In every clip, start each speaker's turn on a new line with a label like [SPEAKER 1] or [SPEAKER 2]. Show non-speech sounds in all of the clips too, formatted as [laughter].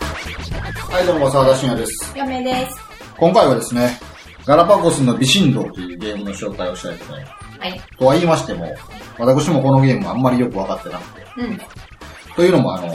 [SPEAKER 1] はい、どうも、沢田信也です。
[SPEAKER 2] 嫁です。
[SPEAKER 1] 今回はですね、ガラパゴスの微振動というゲームの紹介をしたいと思います。
[SPEAKER 2] はい。
[SPEAKER 1] とは言いましても、私もこのゲームあんまりよくわかってなくて。
[SPEAKER 2] うん。
[SPEAKER 1] というのも、あの、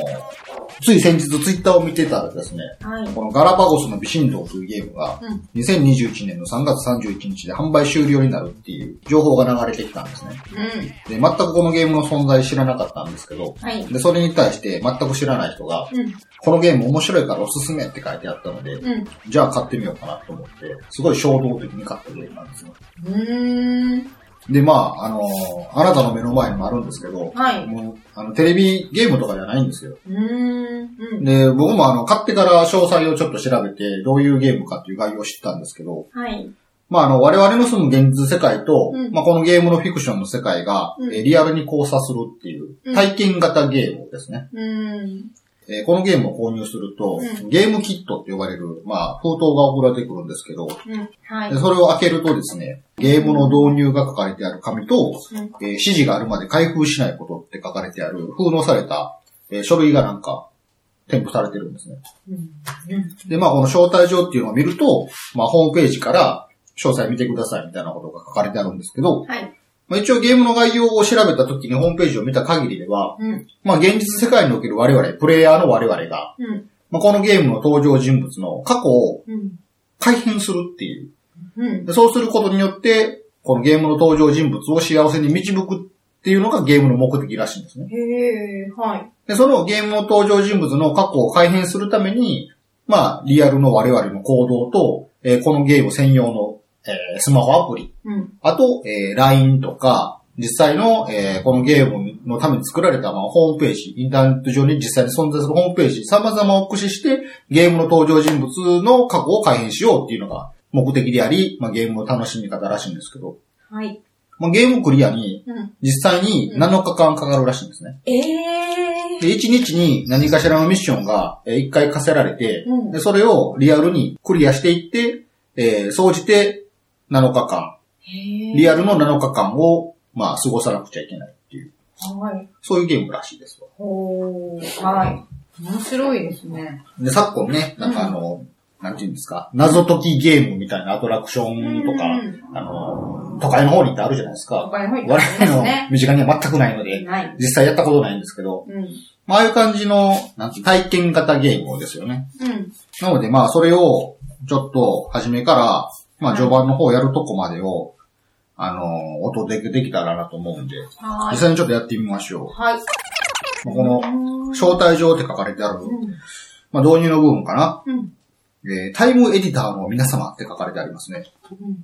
[SPEAKER 1] つい先日ツイッターを見てたらですね、
[SPEAKER 2] はい。
[SPEAKER 1] このガラパゴスの微振動というゲームが、
[SPEAKER 2] うん。
[SPEAKER 1] 2021年の3月31日で販売終了になるっていう情報が流れてきたんですね。
[SPEAKER 2] う
[SPEAKER 1] で、
[SPEAKER 2] ん。
[SPEAKER 1] 全くこのゲームの存在知らなかったんですけど、
[SPEAKER 2] はい。
[SPEAKER 1] で、それに対して全く知らない人が、
[SPEAKER 2] うん。
[SPEAKER 1] このゲーム面白いからおすすめって書いてあったので、
[SPEAKER 2] うん。
[SPEAKER 1] じゃあ買ってみようかなと思って、すごい衝動的に買ったゲームなんですよ。
[SPEAKER 2] うーん。
[SPEAKER 1] で、まあ、あのーあなたの目の前にもあるんですけど、
[SPEAKER 2] はい。
[SPEAKER 1] もう、あの、テレビゲームとかじゃないんですよ。
[SPEAKER 2] うーん。うん。
[SPEAKER 1] で、僕もあの、買ってから詳細をちょっと調べて、どういうゲームかっていう概要を知ったんですけど、
[SPEAKER 2] はい。
[SPEAKER 1] まあ、あの、我々の住む現実世界と、
[SPEAKER 2] うん
[SPEAKER 1] まあ、このゲームのフィクションの世界が、
[SPEAKER 2] うん
[SPEAKER 1] えーリアルに交差するっていう
[SPEAKER 2] うん、
[SPEAKER 1] 体験型ゲームですね。
[SPEAKER 2] うーん。
[SPEAKER 1] えーこのゲームを購入すると、
[SPEAKER 2] うん
[SPEAKER 1] ゲームキットって呼ばれる、まあ、封筒が送られてくるんですけど、
[SPEAKER 2] うん。はい
[SPEAKER 1] で。それを開けるとですね、ゲームの導入が書かれてある紙と、
[SPEAKER 2] うん
[SPEAKER 1] えー指示があるまで開封しないことって書かれてある封納された、えー書類がなんか添付されてるんですね。
[SPEAKER 2] うん。
[SPEAKER 1] で、まあこの招待状っていうのを見ると、まあホームページから詳細見てくださいみたいなことが書かれてあるんですけど、
[SPEAKER 2] はい。
[SPEAKER 1] まあ、一応ゲームの概要を調べた時にホームページを見た限りでは、
[SPEAKER 2] うん。
[SPEAKER 1] まあ現実世界における我々、プレイヤーの我々が、
[SPEAKER 2] うん。
[SPEAKER 1] まあこのゲームの登場人物の過去を
[SPEAKER 2] うん。
[SPEAKER 1] 改変するっていう
[SPEAKER 2] うん。
[SPEAKER 1] でそうすることによって、このゲームの登場人物を幸せに導くっていうのがゲームの目的らしいんですね。
[SPEAKER 2] へえ、はい。
[SPEAKER 1] で、そのゲームの登場人物の過去を改変するために、まあ、リアルの我々の行動と、えーこのゲーム専用の、えースマホアプリ、
[SPEAKER 2] うん。
[SPEAKER 1] あと、えー LINE とか、実際の、えーこのゲームのために作られた、まあ、ホームページ、インターネット上に実際に存在するホームページ、様々を駆使して、ゲームの登場人物の過去を改変しようっていうのが目的であり、まあ、ゲームの楽しみ方らしいんですけど、
[SPEAKER 2] はい。
[SPEAKER 1] まあ、ゲームクリアに
[SPEAKER 2] うん。
[SPEAKER 1] 実際に7日間かかるらしいんですね。
[SPEAKER 2] ええ。
[SPEAKER 1] で、1日に何かしらのミッションが1回課せられて、
[SPEAKER 2] うん
[SPEAKER 1] でそれをリアルにクリアしていって、えー、総じて7日間、
[SPEAKER 2] へえ。
[SPEAKER 1] リアルの7日間を、まあ、過ごさなくちゃいけないっていう、
[SPEAKER 2] はい。
[SPEAKER 1] そういうゲームらしいですよ。
[SPEAKER 2] ほー。はい。面白いですね。
[SPEAKER 1] で、昨今ね、なんかあの、なんていうんですか、謎解きゲームみたいなアトラクションとか、
[SPEAKER 2] うん
[SPEAKER 1] あの、都会の方にってあるじゃないですか。
[SPEAKER 2] 他に入って
[SPEAKER 1] 我
[SPEAKER 2] ます
[SPEAKER 1] 々の
[SPEAKER 2] ね。
[SPEAKER 1] 身近には全くないので、
[SPEAKER 2] ない。
[SPEAKER 1] 実際やったことないんですけど、
[SPEAKER 2] うん。
[SPEAKER 1] まあ、ああいう感じの、なんて体験型ゲームですよね。
[SPEAKER 2] うん。
[SPEAKER 1] なので、まあ、それを、ちょっと、初めから、まあ、序盤の方やるとこまでを、あのー、お届けできたらなと思うんで、
[SPEAKER 2] は
[SPEAKER 1] 実
[SPEAKER 2] い。
[SPEAKER 1] 際にちょっとやってみましょ
[SPEAKER 2] はい。
[SPEAKER 1] う。まあこの、
[SPEAKER 2] の
[SPEAKER 1] 招待状って書かれてある、
[SPEAKER 2] う
[SPEAKER 1] まあ、導入の部分かな。
[SPEAKER 2] ん。うん。
[SPEAKER 1] えータイムエディターの皆様って書かれてありますね。
[SPEAKER 2] うん。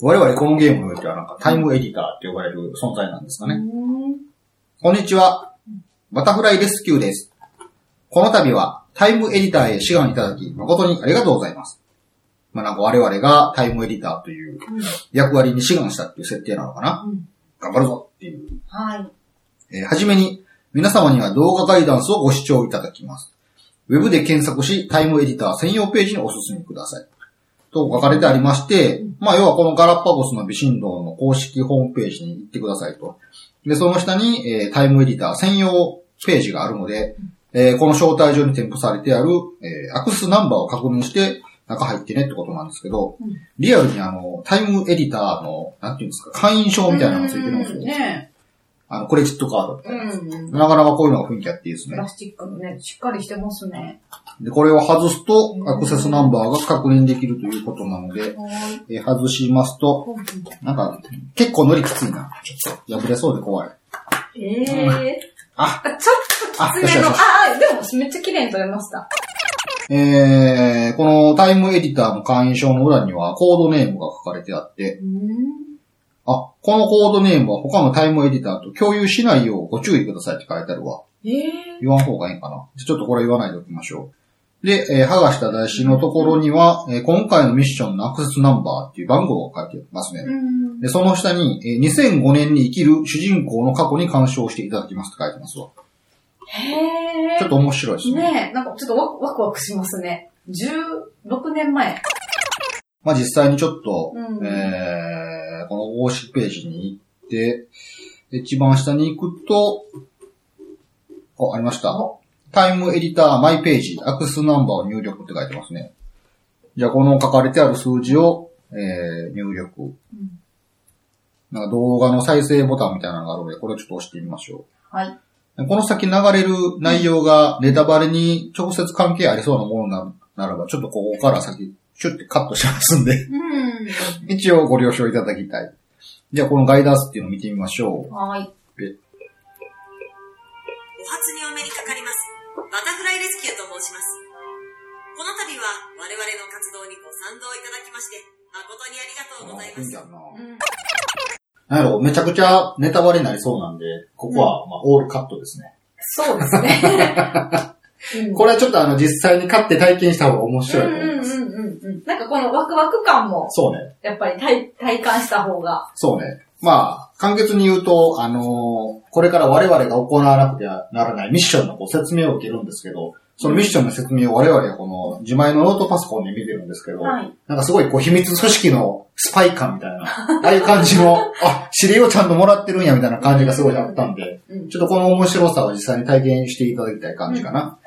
[SPEAKER 1] 我々このゲームにおいては、なんか、タイムエディターって呼ばれる存在なんですかね。こんにちは。バタフライレスキューです。この度はタイムエディターへ志願いただき誠にありがとうございます。まあなんか我々がタイムエディターという
[SPEAKER 2] うん。
[SPEAKER 1] 役割に志願したっていう設定なのかな
[SPEAKER 2] うん。
[SPEAKER 1] 頑張るぞっていう。
[SPEAKER 2] はい。
[SPEAKER 1] えーはじめに皆様には動画ガイダンスをご視聴いただきます。ウェブで検索しタイムエディター専用ページにお進みください。と書かれてありまして、まあ要はこのガラッパゴスの微振動の公式ホームページに行ってくださいと。で、その下に、えータイムエディター専用ページがあるので、えーこの招待状に添付されてある、えーアクセスナンバーを確認して中入ってねってことなんですけど
[SPEAKER 2] うん、
[SPEAKER 1] リアルにあの、タイムエディターの、なんていうんですか、会員証みたいなのがついてるんですよ。
[SPEAKER 2] ね
[SPEAKER 1] あの、クレジットカードみたいなやつ。
[SPEAKER 2] うん。
[SPEAKER 1] なかなかこういうのが雰囲気あっていいです
[SPEAKER 2] プ
[SPEAKER 1] ね
[SPEAKER 2] ラ。スチックのね、しっかりしてますね。
[SPEAKER 1] で、これを外すと
[SPEAKER 2] う、ん
[SPEAKER 1] アクセスナンバーが確認できるということなので、
[SPEAKER 2] はい。
[SPEAKER 1] え外しますと、
[SPEAKER 2] コーヒ
[SPEAKER 1] なんか、結構のりきついな。ちょっと破れそうで怖い。
[SPEAKER 2] ーええ
[SPEAKER 1] あ、
[SPEAKER 2] ー。ちょっ
[SPEAKER 1] あ、
[SPEAKER 2] と
[SPEAKER 1] よし
[SPEAKER 2] 爪
[SPEAKER 1] よし
[SPEAKER 2] の、
[SPEAKER 1] よ
[SPEAKER 2] あ
[SPEAKER 1] し。
[SPEAKER 2] あ、でもめっちゃ綺麗に取れました。
[SPEAKER 1] えー、このタイムエディターの会員証の裏にはコードネームが書かれてあって、
[SPEAKER 2] うん。
[SPEAKER 1] あ、このコードネームは他のタイムエディターと共有しないようご注意くださいって書いてあるわ。
[SPEAKER 2] ええ
[SPEAKER 1] 言わん方がいいかな。ちょっとこれ言わないでおきましょう。で、えー剥がした台紙のところには、えー今回のミッションのアクセスナンバーっていう番号が書いてます
[SPEAKER 2] ー。う
[SPEAKER 1] ね。
[SPEAKER 2] ん。
[SPEAKER 1] で、その下に、えー2005年に生きる主人公の過去に干渉していただきますって書いてますわ。
[SPEAKER 2] へえ。
[SPEAKER 1] ちょっと面白いですね。
[SPEAKER 2] ねえ、なんかちょっとワクワクワクしますね。16年前。
[SPEAKER 1] まあ実際にちょっと、
[SPEAKER 2] うん
[SPEAKER 1] えーこの公式ページに行って、一番下に行くと、あ、ありました
[SPEAKER 2] お。
[SPEAKER 1] タイムエディター、マイページ、アクスナンバーを入力って書いてますね。じゃあ、この書かれてある数字を、えー、入力。
[SPEAKER 2] うん
[SPEAKER 1] なんか動画の再生ボタンみたいなのがあるので、これをちょっと押してみましょ
[SPEAKER 2] はい。
[SPEAKER 1] う。この先流れる内容がネタバレに直接関係ありそうなものなならば、ちょっとここから先、シュッてカットしますんで、
[SPEAKER 2] うん。
[SPEAKER 1] 一応ご了承いただきたい。じゃあ、このガイダンスっていうのを見てみましょう。
[SPEAKER 2] はい。
[SPEAKER 3] お初にお目にかかります。バタフライレスキューと申します。この度は我々の活動にご賛同いただきまして、誠にありがとうございま
[SPEAKER 1] いいん
[SPEAKER 3] す。
[SPEAKER 1] だよな。
[SPEAKER 2] うん。
[SPEAKER 1] なんやろ、めちゃくちゃネタバレになりそうなんで、ここは、まあ、オールカットですね。
[SPEAKER 2] そうですね。うん
[SPEAKER 1] これはちょっとあの、実際に買って体験した方が面
[SPEAKER 2] うん
[SPEAKER 1] 白いと思います。
[SPEAKER 2] うんうんうんうん。なんかこのワクワク感も、
[SPEAKER 1] そうね。
[SPEAKER 2] やっぱり体体感した方が。
[SPEAKER 1] そうね。まあ、簡潔に言うと、あのーこれから我々が行わなくてはならないミッションのこう説明を受けるんですけど、そのミッションの説明を我々はこの自前のノートパソコンで見てるんですけど、
[SPEAKER 2] はい。
[SPEAKER 1] なんかすごいこう秘密組織のスパイ感みたいな、ああいう感じの、 [laughs] あ、指令をちゃんともらってるんやみたいな感じがすごいあったんで、
[SPEAKER 2] うん。
[SPEAKER 1] ちょっとこの面白さを実際に体験していただきたい感じかな。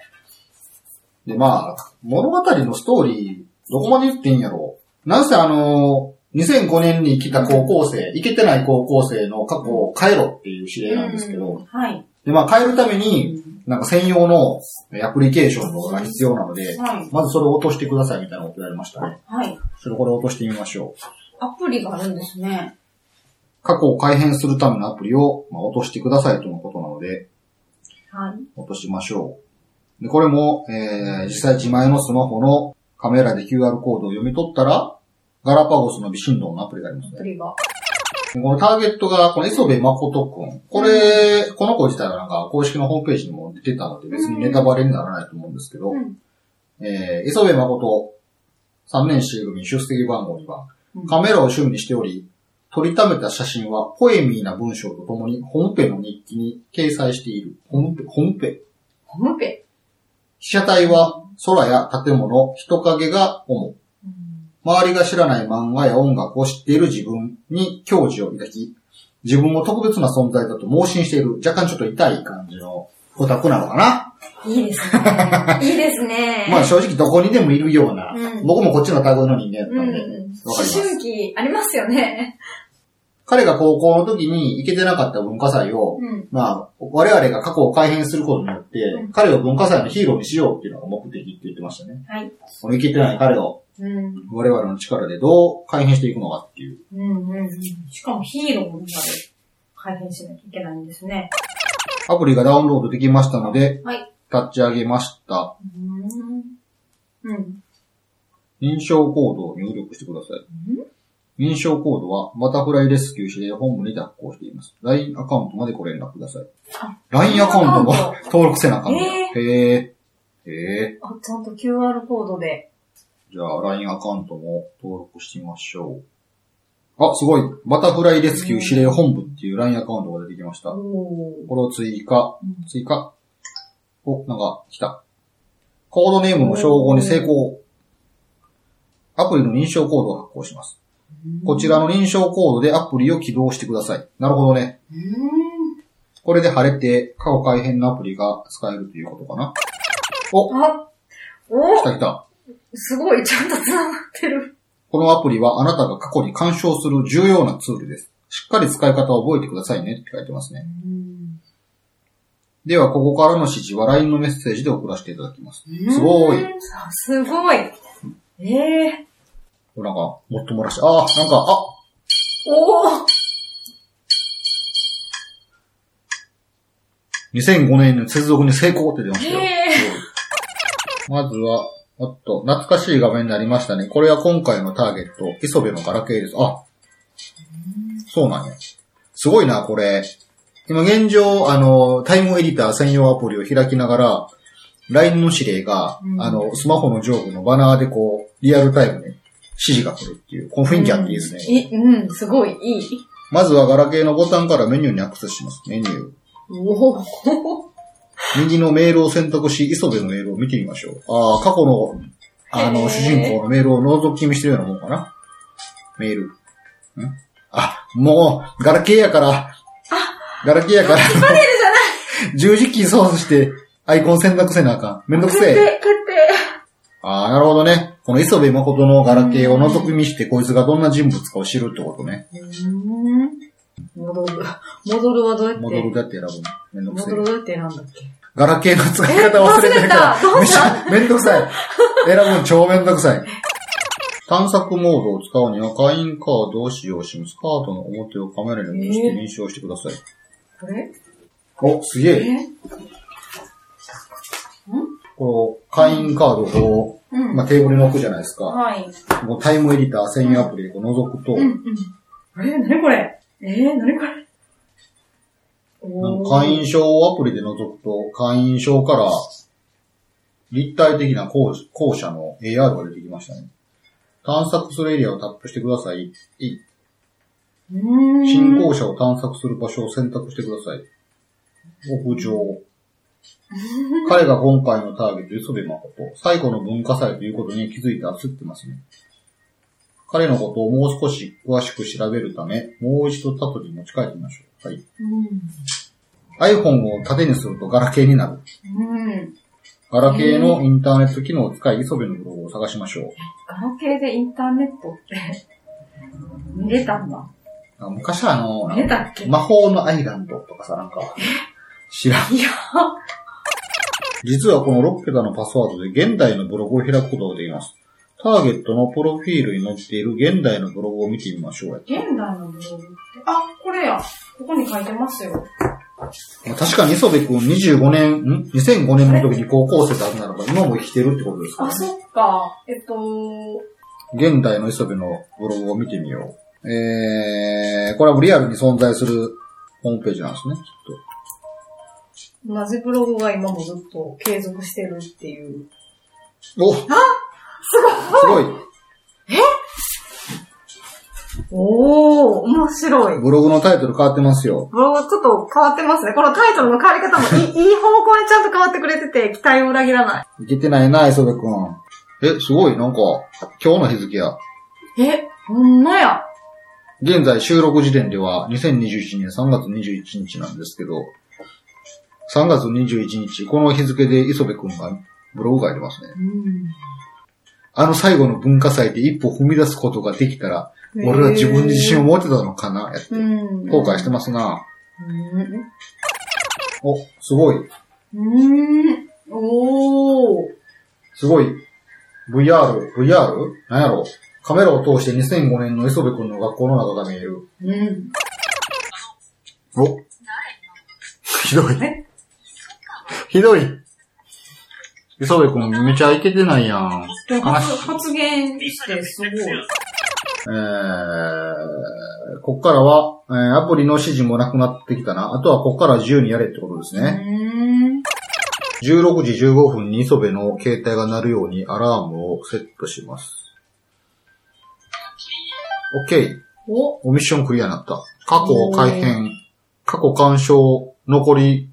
[SPEAKER 1] で、まあ、物語のストーリー、どこまで言っていいんやろう。なんせあの、2005年に来た高校生、行けてない高校生の過去を変えろっていう指令なんですけ
[SPEAKER 2] う
[SPEAKER 1] ど、
[SPEAKER 2] んはい。
[SPEAKER 1] で、まあ変えるために、
[SPEAKER 2] う
[SPEAKER 1] なんか専用のアプリケーションとかが必要なので
[SPEAKER 2] ん、はい。
[SPEAKER 1] まずそれを落としてくださいみたいなこと言われましたね。
[SPEAKER 2] はい。
[SPEAKER 1] それこれ落としてみましょう。
[SPEAKER 2] アプリがあるんですね。
[SPEAKER 1] 過去を改変するためのアプリを、まあ、落としてくださいとのことなので、
[SPEAKER 2] はい。
[SPEAKER 1] 落としましょう。で、これも、えー、実際自前のスマホのカメラで QR コードを読み取ったら、ガラパゴスの微振動のアプリがあります
[SPEAKER 2] アプ
[SPEAKER 1] ね。
[SPEAKER 2] リが。
[SPEAKER 1] でこのターゲットが、この磯部誠くん。これ、この子自体はなんか公式のホームページにも出てたので別にネタバレにならないと思うんですけど、
[SPEAKER 2] うん。
[SPEAKER 1] えー、磯部誠、3年 C 組出席番号2番
[SPEAKER 2] うん。
[SPEAKER 1] カメラを趣味にしており、撮りためた写真はポエミーな文章とともにホームペの日記に掲載している。ホームペ、ホームペ
[SPEAKER 2] ホームペ。
[SPEAKER 1] 被写体は空や建物、人影が主。
[SPEAKER 2] うん
[SPEAKER 1] 周りが知らない漫画や音楽を知っている自分に矜持を抱き、自分を特別な存在だと盲信している、若干ちょっと痛い感じのオタクなのかな。
[SPEAKER 2] いいです [laughs] ね。いいですね。
[SPEAKER 1] まあ正直どこにでもいるような、
[SPEAKER 2] うん
[SPEAKER 1] 僕もこっちのタグの人間やった
[SPEAKER 2] うんん
[SPEAKER 1] で、
[SPEAKER 2] うん。
[SPEAKER 1] わ
[SPEAKER 2] 思
[SPEAKER 1] かります
[SPEAKER 2] 春期ありますよね。
[SPEAKER 1] 彼が高校の時に行けてなかった文化祭を、
[SPEAKER 2] うん。
[SPEAKER 1] まあ、我々が過去を改変することによって、
[SPEAKER 2] うん
[SPEAKER 1] 彼を文化祭のヒーローにしようっていうのが目的って言ってましたね。
[SPEAKER 2] はい。
[SPEAKER 1] この行けてない彼を
[SPEAKER 2] うん。
[SPEAKER 1] 我々の力でどう改変していくのかっていう。
[SPEAKER 2] うんうんうん。しかもヒーローになる。改変しなきゃいけないんですね。
[SPEAKER 1] アプリがダウンロードできましたので、
[SPEAKER 2] はい
[SPEAKER 1] 立ち上げました。
[SPEAKER 2] うん。うん。
[SPEAKER 1] 認証コードを入力してください。認証コードは、バタフライレスキュー指令本部に発行しています。LINE アカウントまでご連絡ください
[SPEAKER 2] あ。
[SPEAKER 1] LINE アカウントも
[SPEAKER 2] アカウン
[SPEAKER 1] 登録せなあかんのやへえ。へえ。
[SPEAKER 2] あ、ちゃんと QR コードで。
[SPEAKER 1] じゃあ、LINE アカウントも登録してみましょう。あ、すごい。バタフライレスキュー指令本部っていう LINE アカウントが出てきました。
[SPEAKER 2] おー
[SPEAKER 1] これを追加。追加。お、なんか、来た。コードネームの称号に成功。アプリの認証コードを発行します。こちらの認証コードでアプリを起動してください。なるほどね。
[SPEAKER 2] うん。
[SPEAKER 1] これで晴れて、過去改変のアプリが使えるということかな。お、
[SPEAKER 2] あ、
[SPEAKER 1] 来
[SPEAKER 2] お
[SPEAKER 1] た来た。
[SPEAKER 2] すごい、ちゃんと繋がってる。
[SPEAKER 1] このアプリはあなたが過去に干渉する重要なツールです。しっかり使い方を覚えてくださいねって書いてますね。
[SPEAKER 2] うん。
[SPEAKER 1] では、ここからの指示は LINE のメッセージで送らせていただきます。すごい。。
[SPEAKER 2] すごい。ええ
[SPEAKER 1] おなんか、もっともらして、あー、なんか、あ、
[SPEAKER 2] ー。おー
[SPEAKER 1] 2005年の接続に成功って出ましたよ。
[SPEAKER 2] ええ
[SPEAKER 1] まずは、おっと、懐かしい画面になりましたね。これは今回のターゲット、磯部のガラケーです。あ、そうなんや。すごいな、これ。今現状、あの、タイムエディター専用アプリを開きながら、LINE の指令が、
[SPEAKER 2] うん
[SPEAKER 1] あの、スマホの上部のバナーでこう、リアルタイムで指示が来るっていう、この雰囲気あっていいですね。
[SPEAKER 2] い、うん、すごい、いい。
[SPEAKER 1] まずはガラケーのボタンからメニューにアクセスします。メニュー。
[SPEAKER 2] おー
[SPEAKER 1] 右のメールを選択し、磯部のメールを見てみましょう。ああ、過去の、あ
[SPEAKER 2] へ
[SPEAKER 1] の、
[SPEAKER 2] ー
[SPEAKER 1] 主人公のメールを覗き見してるようなもんかな。メール。んあ、もう、 [laughs] ガラケーやから。ガラケーやから。十字キー操作して、アイコン選択せなあかん。めんどくせえ。
[SPEAKER 2] 定、決定。
[SPEAKER 1] ああ、なるほどね。この磯部誠のガラケーを覗き見して、こいつがどんな人物かを知るってことね。
[SPEAKER 2] 戻る。戻るはどうやって
[SPEAKER 1] 戻るだって選ぶの。めんどくせ
[SPEAKER 2] 戻
[SPEAKER 1] え
[SPEAKER 2] る。どうやって選んだっけ
[SPEAKER 1] ガラケーの使い方忘れてるか
[SPEAKER 2] え忘れたど
[SPEAKER 1] ら。
[SPEAKER 2] う
[SPEAKER 1] めっち
[SPEAKER 2] した
[SPEAKER 1] ゃめんどくさい。選ぶの超めんどくさい。探索モードを使うには会員カードを使用します。カードの表をカメラに映して認証してください。
[SPEAKER 2] これ
[SPEAKER 1] お、すげえ。
[SPEAKER 2] え
[SPEAKER 1] こう、会員カードをこ
[SPEAKER 2] う
[SPEAKER 1] う、
[SPEAKER 2] ん。
[SPEAKER 1] まあ、テーブルに置くじゃないですか。
[SPEAKER 2] はい。
[SPEAKER 1] こうタイムエディター専用アプリでこう覗くと、
[SPEAKER 2] うんうん。あれ何これえー、何これ
[SPEAKER 1] なん
[SPEAKER 2] お
[SPEAKER 1] か
[SPEAKER 2] ー
[SPEAKER 1] 会員証をアプリで覗くと、会員証から立体的な校校舎の AR が出てきましたね。探索するエリアをタップしてください。い
[SPEAKER 2] うーん。
[SPEAKER 1] 新校舎を探索する場所を選択してください。屋上。彼が今回のターゲット、磯部誠。最後の文化祭ということに気づいて焦ってますね。彼のことをもう少し詳しく調べるため、もう一度タトに持ち帰ってみましょう。はい。iPhone を縦にするとガラケーになる。
[SPEAKER 2] うん。うん。
[SPEAKER 1] ガラケーのインターネット機能を使い、磯部のブログを探しましょ
[SPEAKER 2] ガラケーでインターネットって見れたんだ。
[SPEAKER 1] う。あ昔はあの、
[SPEAKER 2] 見れたっけ
[SPEAKER 1] 魔法のアイランドとかさ、なんか、知らん。
[SPEAKER 2] いや
[SPEAKER 1] 実はこのロッペタのパスワードで現代のブログを開くことができます。ターゲットのプロフィールに載っている現代のブログを見てみましょう。
[SPEAKER 2] 現代のブログって、あ、これや。ここに書いてますよ。
[SPEAKER 1] 確かに磯部君25年、ん ?2005 年の時に高校生であるならば、今も生きてるってことですか
[SPEAKER 2] あ、
[SPEAKER 1] らね。
[SPEAKER 2] そっか。えっと、
[SPEAKER 1] 現代の磯部のブログを見てみよう。えー、これはもうリアルに存在するホームページなんですね、きっと。
[SPEAKER 2] 同じブログが今もずっと継続してるっていう。
[SPEAKER 1] おすごいす
[SPEAKER 2] おー、面白
[SPEAKER 1] ごい
[SPEAKER 2] い。
[SPEAKER 1] ブログのタイトル変わってますよ。
[SPEAKER 2] ブログちょっと変わってますね。このタイトルの変わり方もいいいい方向にちゃんと変わってくれてて、期待を裏切らない
[SPEAKER 1] けてないな、磯部くん。え、すごい、なんか、今日の日付や。
[SPEAKER 2] い。え、ほんまや。
[SPEAKER 1] 現在収録時点では2021年3月21日なんですけど、3月21日、この日付で磯部くんがブログ書いてますね。
[SPEAKER 2] うん。
[SPEAKER 1] あの最後の文化祭で一歩踏み出すことができたら、俺は自分に自信を持てたのかなやって
[SPEAKER 2] う。ん。
[SPEAKER 1] 後悔して
[SPEAKER 2] ま
[SPEAKER 1] ますな。
[SPEAKER 2] す。
[SPEAKER 1] お、すごい。
[SPEAKER 2] うん。おー。
[SPEAKER 1] すごい、VR、VR? なんやろカメラを通して2005年の磯部君の学校の中が見える。
[SPEAKER 2] うん。
[SPEAKER 1] おひどい
[SPEAKER 2] え。
[SPEAKER 1] ひどい。磯部君めちゃいけてないやん。
[SPEAKER 2] でも
[SPEAKER 1] 話
[SPEAKER 2] 発発言してすごい。
[SPEAKER 1] えー、こっからは、えーアプリの指示もなくなってきたな。あとはこっから自由にやれってことですね。
[SPEAKER 2] うん。
[SPEAKER 1] 16時15分に磯部の携帯が鳴るようにアラームをセットします。OK。
[SPEAKER 2] お、
[SPEAKER 1] おミッションクリアになった。過去改変。過去干渉残り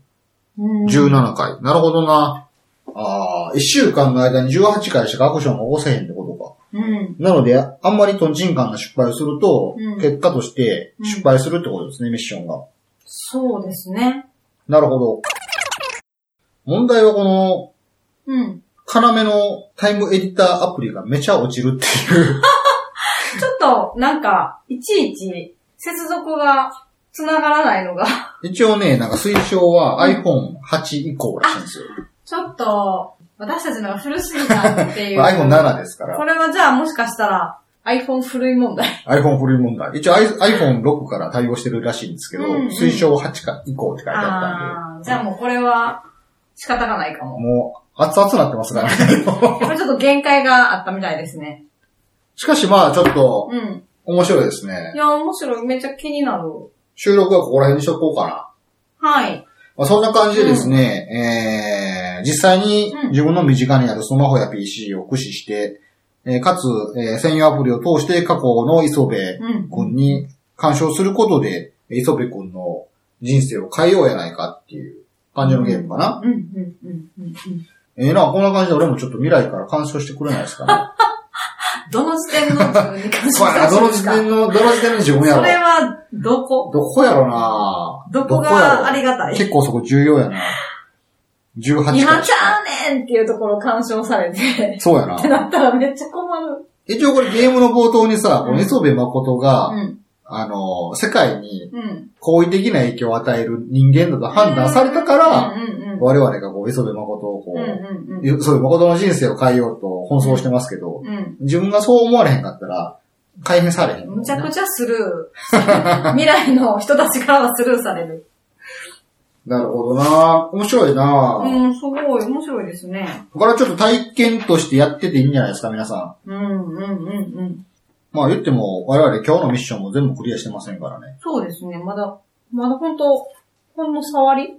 [SPEAKER 2] うん
[SPEAKER 1] 17回。なるほどな。ああ、1週間の間に18回しかアクションが起こせへんってことか。
[SPEAKER 2] うん。
[SPEAKER 1] なので、あんまりトンチンカンな失敗をすると、
[SPEAKER 2] うん
[SPEAKER 1] 結果として
[SPEAKER 2] うん
[SPEAKER 1] 失敗するってことですね、ミッションが。
[SPEAKER 2] そうですね。
[SPEAKER 1] なるほど。問題はこの、
[SPEAKER 2] うん。
[SPEAKER 1] 要のタイムエディターアプリがめちゃ落ちるっていう。
[SPEAKER 2] ちょっと、なんか、いちいち、接続が繋がらないのが、
[SPEAKER 1] 一応ね、なんか推奨は iPhone8 以降らしいんですよ。
[SPEAKER 2] ちょっと、私たちのが古すぎたっていう。
[SPEAKER 1] iPhone7 ですから
[SPEAKER 2] こ。れはじゃあもしかしたら、iPhone 古い問題。
[SPEAKER 1] iPhone 古い問題。一応 iPhone6 から対応してるらしいんですけど、
[SPEAKER 2] うんうん
[SPEAKER 1] 推奨8か以降って書いてあ
[SPEAKER 2] ああー、じゃあもうこれは、仕方がないか
[SPEAKER 1] ったんで、
[SPEAKER 2] も。
[SPEAKER 1] もう熱々なってますからね。 [laughs]
[SPEAKER 2] [laughs] やっぱりちょっと限界があったみたいですね。
[SPEAKER 1] しかしまあちょっと
[SPEAKER 2] うん。
[SPEAKER 1] 面白いです
[SPEAKER 2] い
[SPEAKER 1] ね。
[SPEAKER 2] や、面白い。めっちゃ気になる。
[SPEAKER 1] 収録はここら辺にしとこうかな。
[SPEAKER 2] はい。
[SPEAKER 1] まあ、そんな感じでですね、えー、実際に
[SPEAKER 2] うん
[SPEAKER 1] 自分の身近にあるスマホや PC を駆使して、えーかつ、えー専用アプリを通して過去の磯部
[SPEAKER 2] うん。
[SPEAKER 1] 君に干渉することで、えー磯部君の人生を変えようやないかっていう感じのゲームかな。
[SPEAKER 2] うん、うん、うん、うん。うん
[SPEAKER 1] ええな、こんな感じで俺もちょっと未来から干渉してくれないですか
[SPEAKER 2] [laughs]
[SPEAKER 1] ね。
[SPEAKER 2] どの時点の自分に関
[SPEAKER 1] [laughs] これな、どの時
[SPEAKER 2] してる
[SPEAKER 1] 点の、どの時点の自分や
[SPEAKER 2] それ
[SPEAKER 1] ろ。
[SPEAKER 2] は、どこ
[SPEAKER 1] どこやろな
[SPEAKER 2] どこ
[SPEAKER 1] やろ
[SPEAKER 2] がありがたい
[SPEAKER 1] 結構そこ重要やな。 18
[SPEAKER 2] 違反
[SPEAKER 1] 回、
[SPEAKER 2] ち。ゃうねんっていうところ干渉されて [laughs]
[SPEAKER 1] そうや
[SPEAKER 2] って
[SPEAKER 1] な。
[SPEAKER 2] なったらめっちゃ困る。
[SPEAKER 1] 一応これゲームの冒頭にさ、こ
[SPEAKER 2] う
[SPEAKER 1] の
[SPEAKER 2] ん
[SPEAKER 1] 磯部誠が、
[SPEAKER 2] うん。
[SPEAKER 1] あの、世界に
[SPEAKER 2] うん。
[SPEAKER 1] 好意的な影響を与える人間だと判断されたから、
[SPEAKER 2] うんうんうん。
[SPEAKER 1] 我々がこう、磯部誠をこ
[SPEAKER 2] うん
[SPEAKER 1] う、
[SPEAKER 2] うんうん。
[SPEAKER 1] 磯部誠の人生を変えようと奔走してますけど、
[SPEAKER 2] うん。
[SPEAKER 1] 自分がそう思われへんかったら、改変されへんもんね。
[SPEAKER 2] むちゃくちゃスル
[SPEAKER 1] [laughs]
[SPEAKER 2] ー。未来の人たちからはスルーされる。
[SPEAKER 1] なるほどな面白いな、
[SPEAKER 2] うん、すごい。面白いですね。
[SPEAKER 1] これはちょっと体験としてやってていいんじゃないですか、皆さ
[SPEAKER 2] うんうんうんうん。
[SPEAKER 1] ん。まあ言っても、我々今日のミッションも全部クリアしてませんからね。
[SPEAKER 2] そうですね。まだ、まだ本当ほんの触り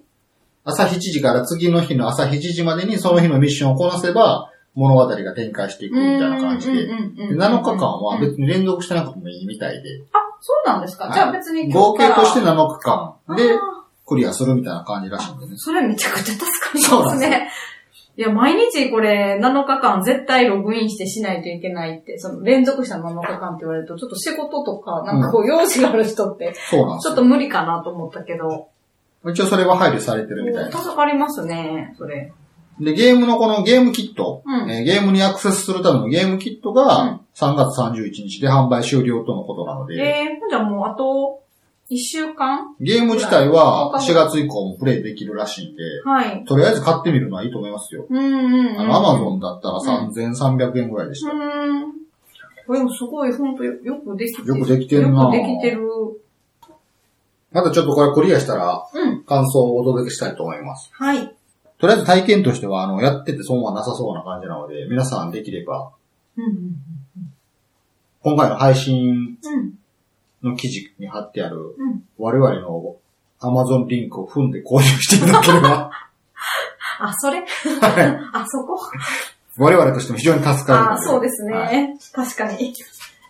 [SPEAKER 1] 朝7時から次の日の朝7時までにその日のミッションをこなせば、物語が展開していくみたいな感じで。で7
[SPEAKER 2] 7
[SPEAKER 1] 日間は別
[SPEAKER 2] に。
[SPEAKER 1] に連続してなくてもいいみたいで、
[SPEAKER 2] あ、そうなんですか。
[SPEAKER 1] はい
[SPEAKER 2] じゃあ別に今
[SPEAKER 1] 合
[SPEAKER 2] 日
[SPEAKER 1] 計
[SPEAKER 2] から。
[SPEAKER 1] として7日間で
[SPEAKER 2] あー
[SPEAKER 1] クリアするみたいな感じらしいんでね。
[SPEAKER 2] それめちゃくちゃ助かり
[SPEAKER 1] そうな
[SPEAKER 2] ま
[SPEAKER 1] ん
[SPEAKER 2] す
[SPEAKER 1] です
[SPEAKER 2] ね。いや、毎日これ7日間絶対ログインしてしないといけないって、その連続した7日間って言われると、ちょっと仕事とか、なんかこう用事がある人って、
[SPEAKER 1] そうなんです
[SPEAKER 2] ちょっ
[SPEAKER 1] よ
[SPEAKER 2] と無理かなと思ったけど、
[SPEAKER 1] 一応それは配慮されてるみたいな。
[SPEAKER 2] 助かりますね、それ。
[SPEAKER 1] で、ゲームのこのゲームキット、
[SPEAKER 2] うん
[SPEAKER 1] えーゲームにアクセスするためのゲームキット
[SPEAKER 2] う
[SPEAKER 1] が
[SPEAKER 2] ん
[SPEAKER 1] 3月31日で販売終了とのことなの
[SPEAKER 2] え
[SPEAKER 1] で、
[SPEAKER 2] ー、じゃあもうあと1週間
[SPEAKER 1] ゲーム自体は
[SPEAKER 2] うん
[SPEAKER 1] 4月以降もプレイできるらしいんで、
[SPEAKER 2] はい。
[SPEAKER 1] とりあえず買ってみるのはいいと思いますよ。
[SPEAKER 2] うんうん、うん。
[SPEAKER 1] あの、アマゾンだったら
[SPEAKER 2] う
[SPEAKER 1] 3300円ぐらいでした。
[SPEAKER 2] うん。これもすごい、ほんとよよくできて
[SPEAKER 1] よくできてるな
[SPEAKER 2] よくできてる。
[SPEAKER 1] またちょっとこれクリアしたら
[SPEAKER 2] うん。
[SPEAKER 1] 感想をお届けしたいと思います。
[SPEAKER 2] はい。
[SPEAKER 1] とりあえず体験としては、あの、やってて損はなさそうな感じなので、皆さんできれば、
[SPEAKER 2] うんうん。
[SPEAKER 1] 今回の配信
[SPEAKER 2] うん。
[SPEAKER 1] の記事に貼ってある
[SPEAKER 2] うん。
[SPEAKER 1] 我々の Amazon リンクを踏んで購入していただけれ
[SPEAKER 2] [laughs]
[SPEAKER 1] ば、
[SPEAKER 2] あ、それ
[SPEAKER 1] はい
[SPEAKER 2] [laughs] あ、そこ
[SPEAKER 1] 我々としても非常に助かるので。
[SPEAKER 2] あ、そうですね。
[SPEAKER 1] はい
[SPEAKER 2] 確かに。い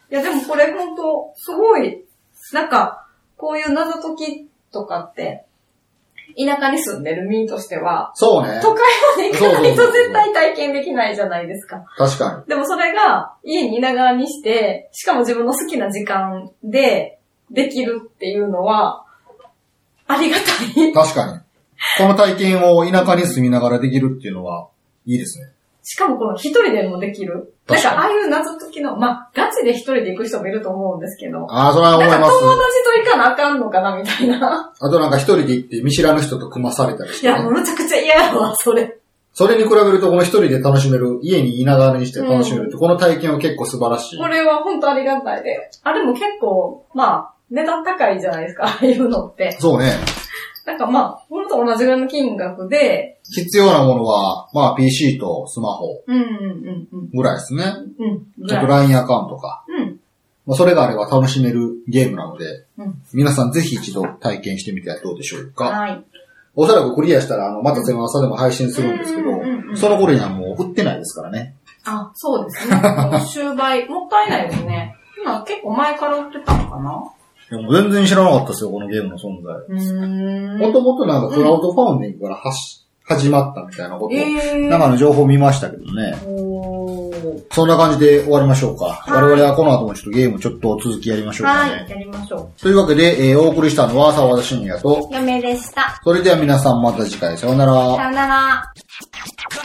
[SPEAKER 2] や、でもこれ本当すごい、なんか、こういう謎解きとかって、田舎に住んでる身としては、
[SPEAKER 1] そうね
[SPEAKER 2] 都。会まで行かないと絶対体験できないじゃないですか。
[SPEAKER 1] 確か
[SPEAKER 2] でもそれが家にいながらにして、しかも自分の好きな時間でできるっていうのは、ありがたい [laughs]
[SPEAKER 1] に。。確かに。この体験を田舎に住みながらできるっていうのは、いいですね。
[SPEAKER 2] しかもこの一人でもできる。なん
[SPEAKER 1] 確かに
[SPEAKER 2] かああいう謎解きの、まあ、ガチで一人で行く人もいると思うんですけど、
[SPEAKER 1] ああ、それは思い
[SPEAKER 2] なん
[SPEAKER 1] ま
[SPEAKER 2] か友
[SPEAKER 1] す。
[SPEAKER 2] 達と行かなあかんのかなみた
[SPEAKER 1] [laughs]
[SPEAKER 2] いな。
[SPEAKER 1] あとなんか一人で行って見知らぬ人と組まされたりし
[SPEAKER 2] い
[SPEAKER 1] て、
[SPEAKER 2] や、も
[SPEAKER 1] ね
[SPEAKER 2] う。むちゃくちゃ嫌やわ、それ。
[SPEAKER 1] それに比べるとこの一人で楽しめる、家にいながらにして楽しめるって、この体験は結構素晴らしい
[SPEAKER 2] こ。れは本当ありがたいで。あ、でも結構、まあ、値段高いじゃないですか、 [laughs] ああいうのって。
[SPEAKER 1] そうね。
[SPEAKER 2] なんかまあ、ほんと同じぐらいの金額で、
[SPEAKER 1] 必要なものは、まあ PC とスマホ
[SPEAKER 2] うんうんうん
[SPEAKER 1] ぐらいですね。
[SPEAKER 2] うん。うん。ぐ
[SPEAKER 1] ちょ
[SPEAKER 2] ら
[SPEAKER 1] っ
[SPEAKER 2] い
[SPEAKER 1] と LINE アカウントか。
[SPEAKER 2] うん。
[SPEAKER 1] まあ、それがあれば楽しめるゲームなので、
[SPEAKER 2] うん
[SPEAKER 1] 皆さんぜひ一度体験してみてはどうでしょうか。
[SPEAKER 2] はい。
[SPEAKER 1] おそらくクリアしたら、あの、また全朝でも配信するんですけ
[SPEAKER 2] うんうんう
[SPEAKER 1] ど、
[SPEAKER 2] ん
[SPEAKER 1] その頃にはもう売ってないですからね。
[SPEAKER 2] あ、そうですね。もう終売。もったいないですね。今結構前から売ってたのかない
[SPEAKER 1] やもう全然知らなかったですよ、このゲームの存在。
[SPEAKER 2] うーん。
[SPEAKER 1] もともとなんかクラウドファウンディングからはし始まったみたいなことを、
[SPEAKER 2] えー。
[SPEAKER 1] 中の情報見ましたけどね。
[SPEAKER 2] おー
[SPEAKER 1] そんな感じで終わりましょうか。
[SPEAKER 2] はい
[SPEAKER 1] 我々はこの後もちょっとゲームちょっと続きやりましょうか
[SPEAKER 2] はい、
[SPEAKER 1] ね。
[SPEAKER 2] やりましょ
[SPEAKER 1] というわけで、えーお送りしたのは沢田信也と、
[SPEAKER 2] う。嫁でした。
[SPEAKER 1] それでは皆さんまた次回さようなら。
[SPEAKER 2] さよなら。
[SPEAKER 3] この